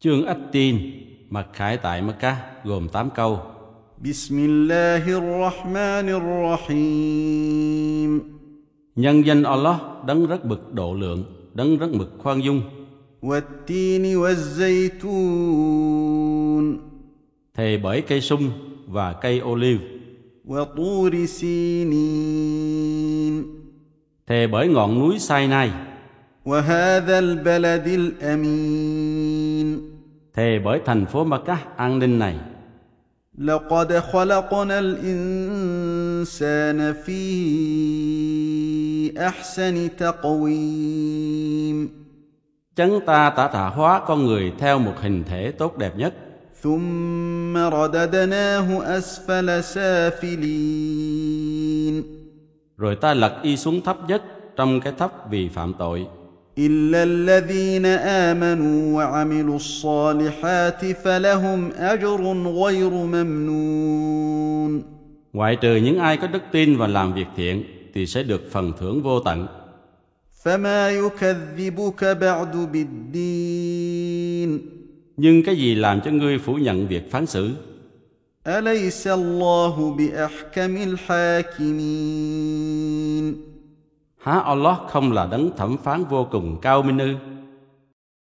Chương Ách Tin mặc khải tại Mecca gồm 8 câu. بسم الله الرحمن الرحيم Nhân danh Allah đấng rất bực độ lượng, đấng rất mực khoan dung, والتين والزيتون thề bởi cây sung và cây ô liu, وطور سينين thề bởi ngọn núi Sinai, وهذا البلد الأمين thề bởi thành phố Mecca an ninh này. لقد خلقنا الإنسان في أحسن تقويم Chấn ta tả thả hóa con người theo một hình thể tốt đẹp nhất, ثم رددناه أسفل سافلين rồi ta lật y xuống thấp nhất trong cái thấp vì phạm tội. إلا الذين آمنوا وعملوا الصالحات فلهم أجر غير ممنون Ngoại trừ những ai có đức tin và làm việc thiện thì sẽ được phần thưởng vô tận. فما يكذبك بعد بالدين Nhưng cái gì làm cho ngươi phủ nhận việc phán xử? أليس الله بأحكم الحاكمين Há Allah không là đấng thẩm phán vô cùng cao minh ư?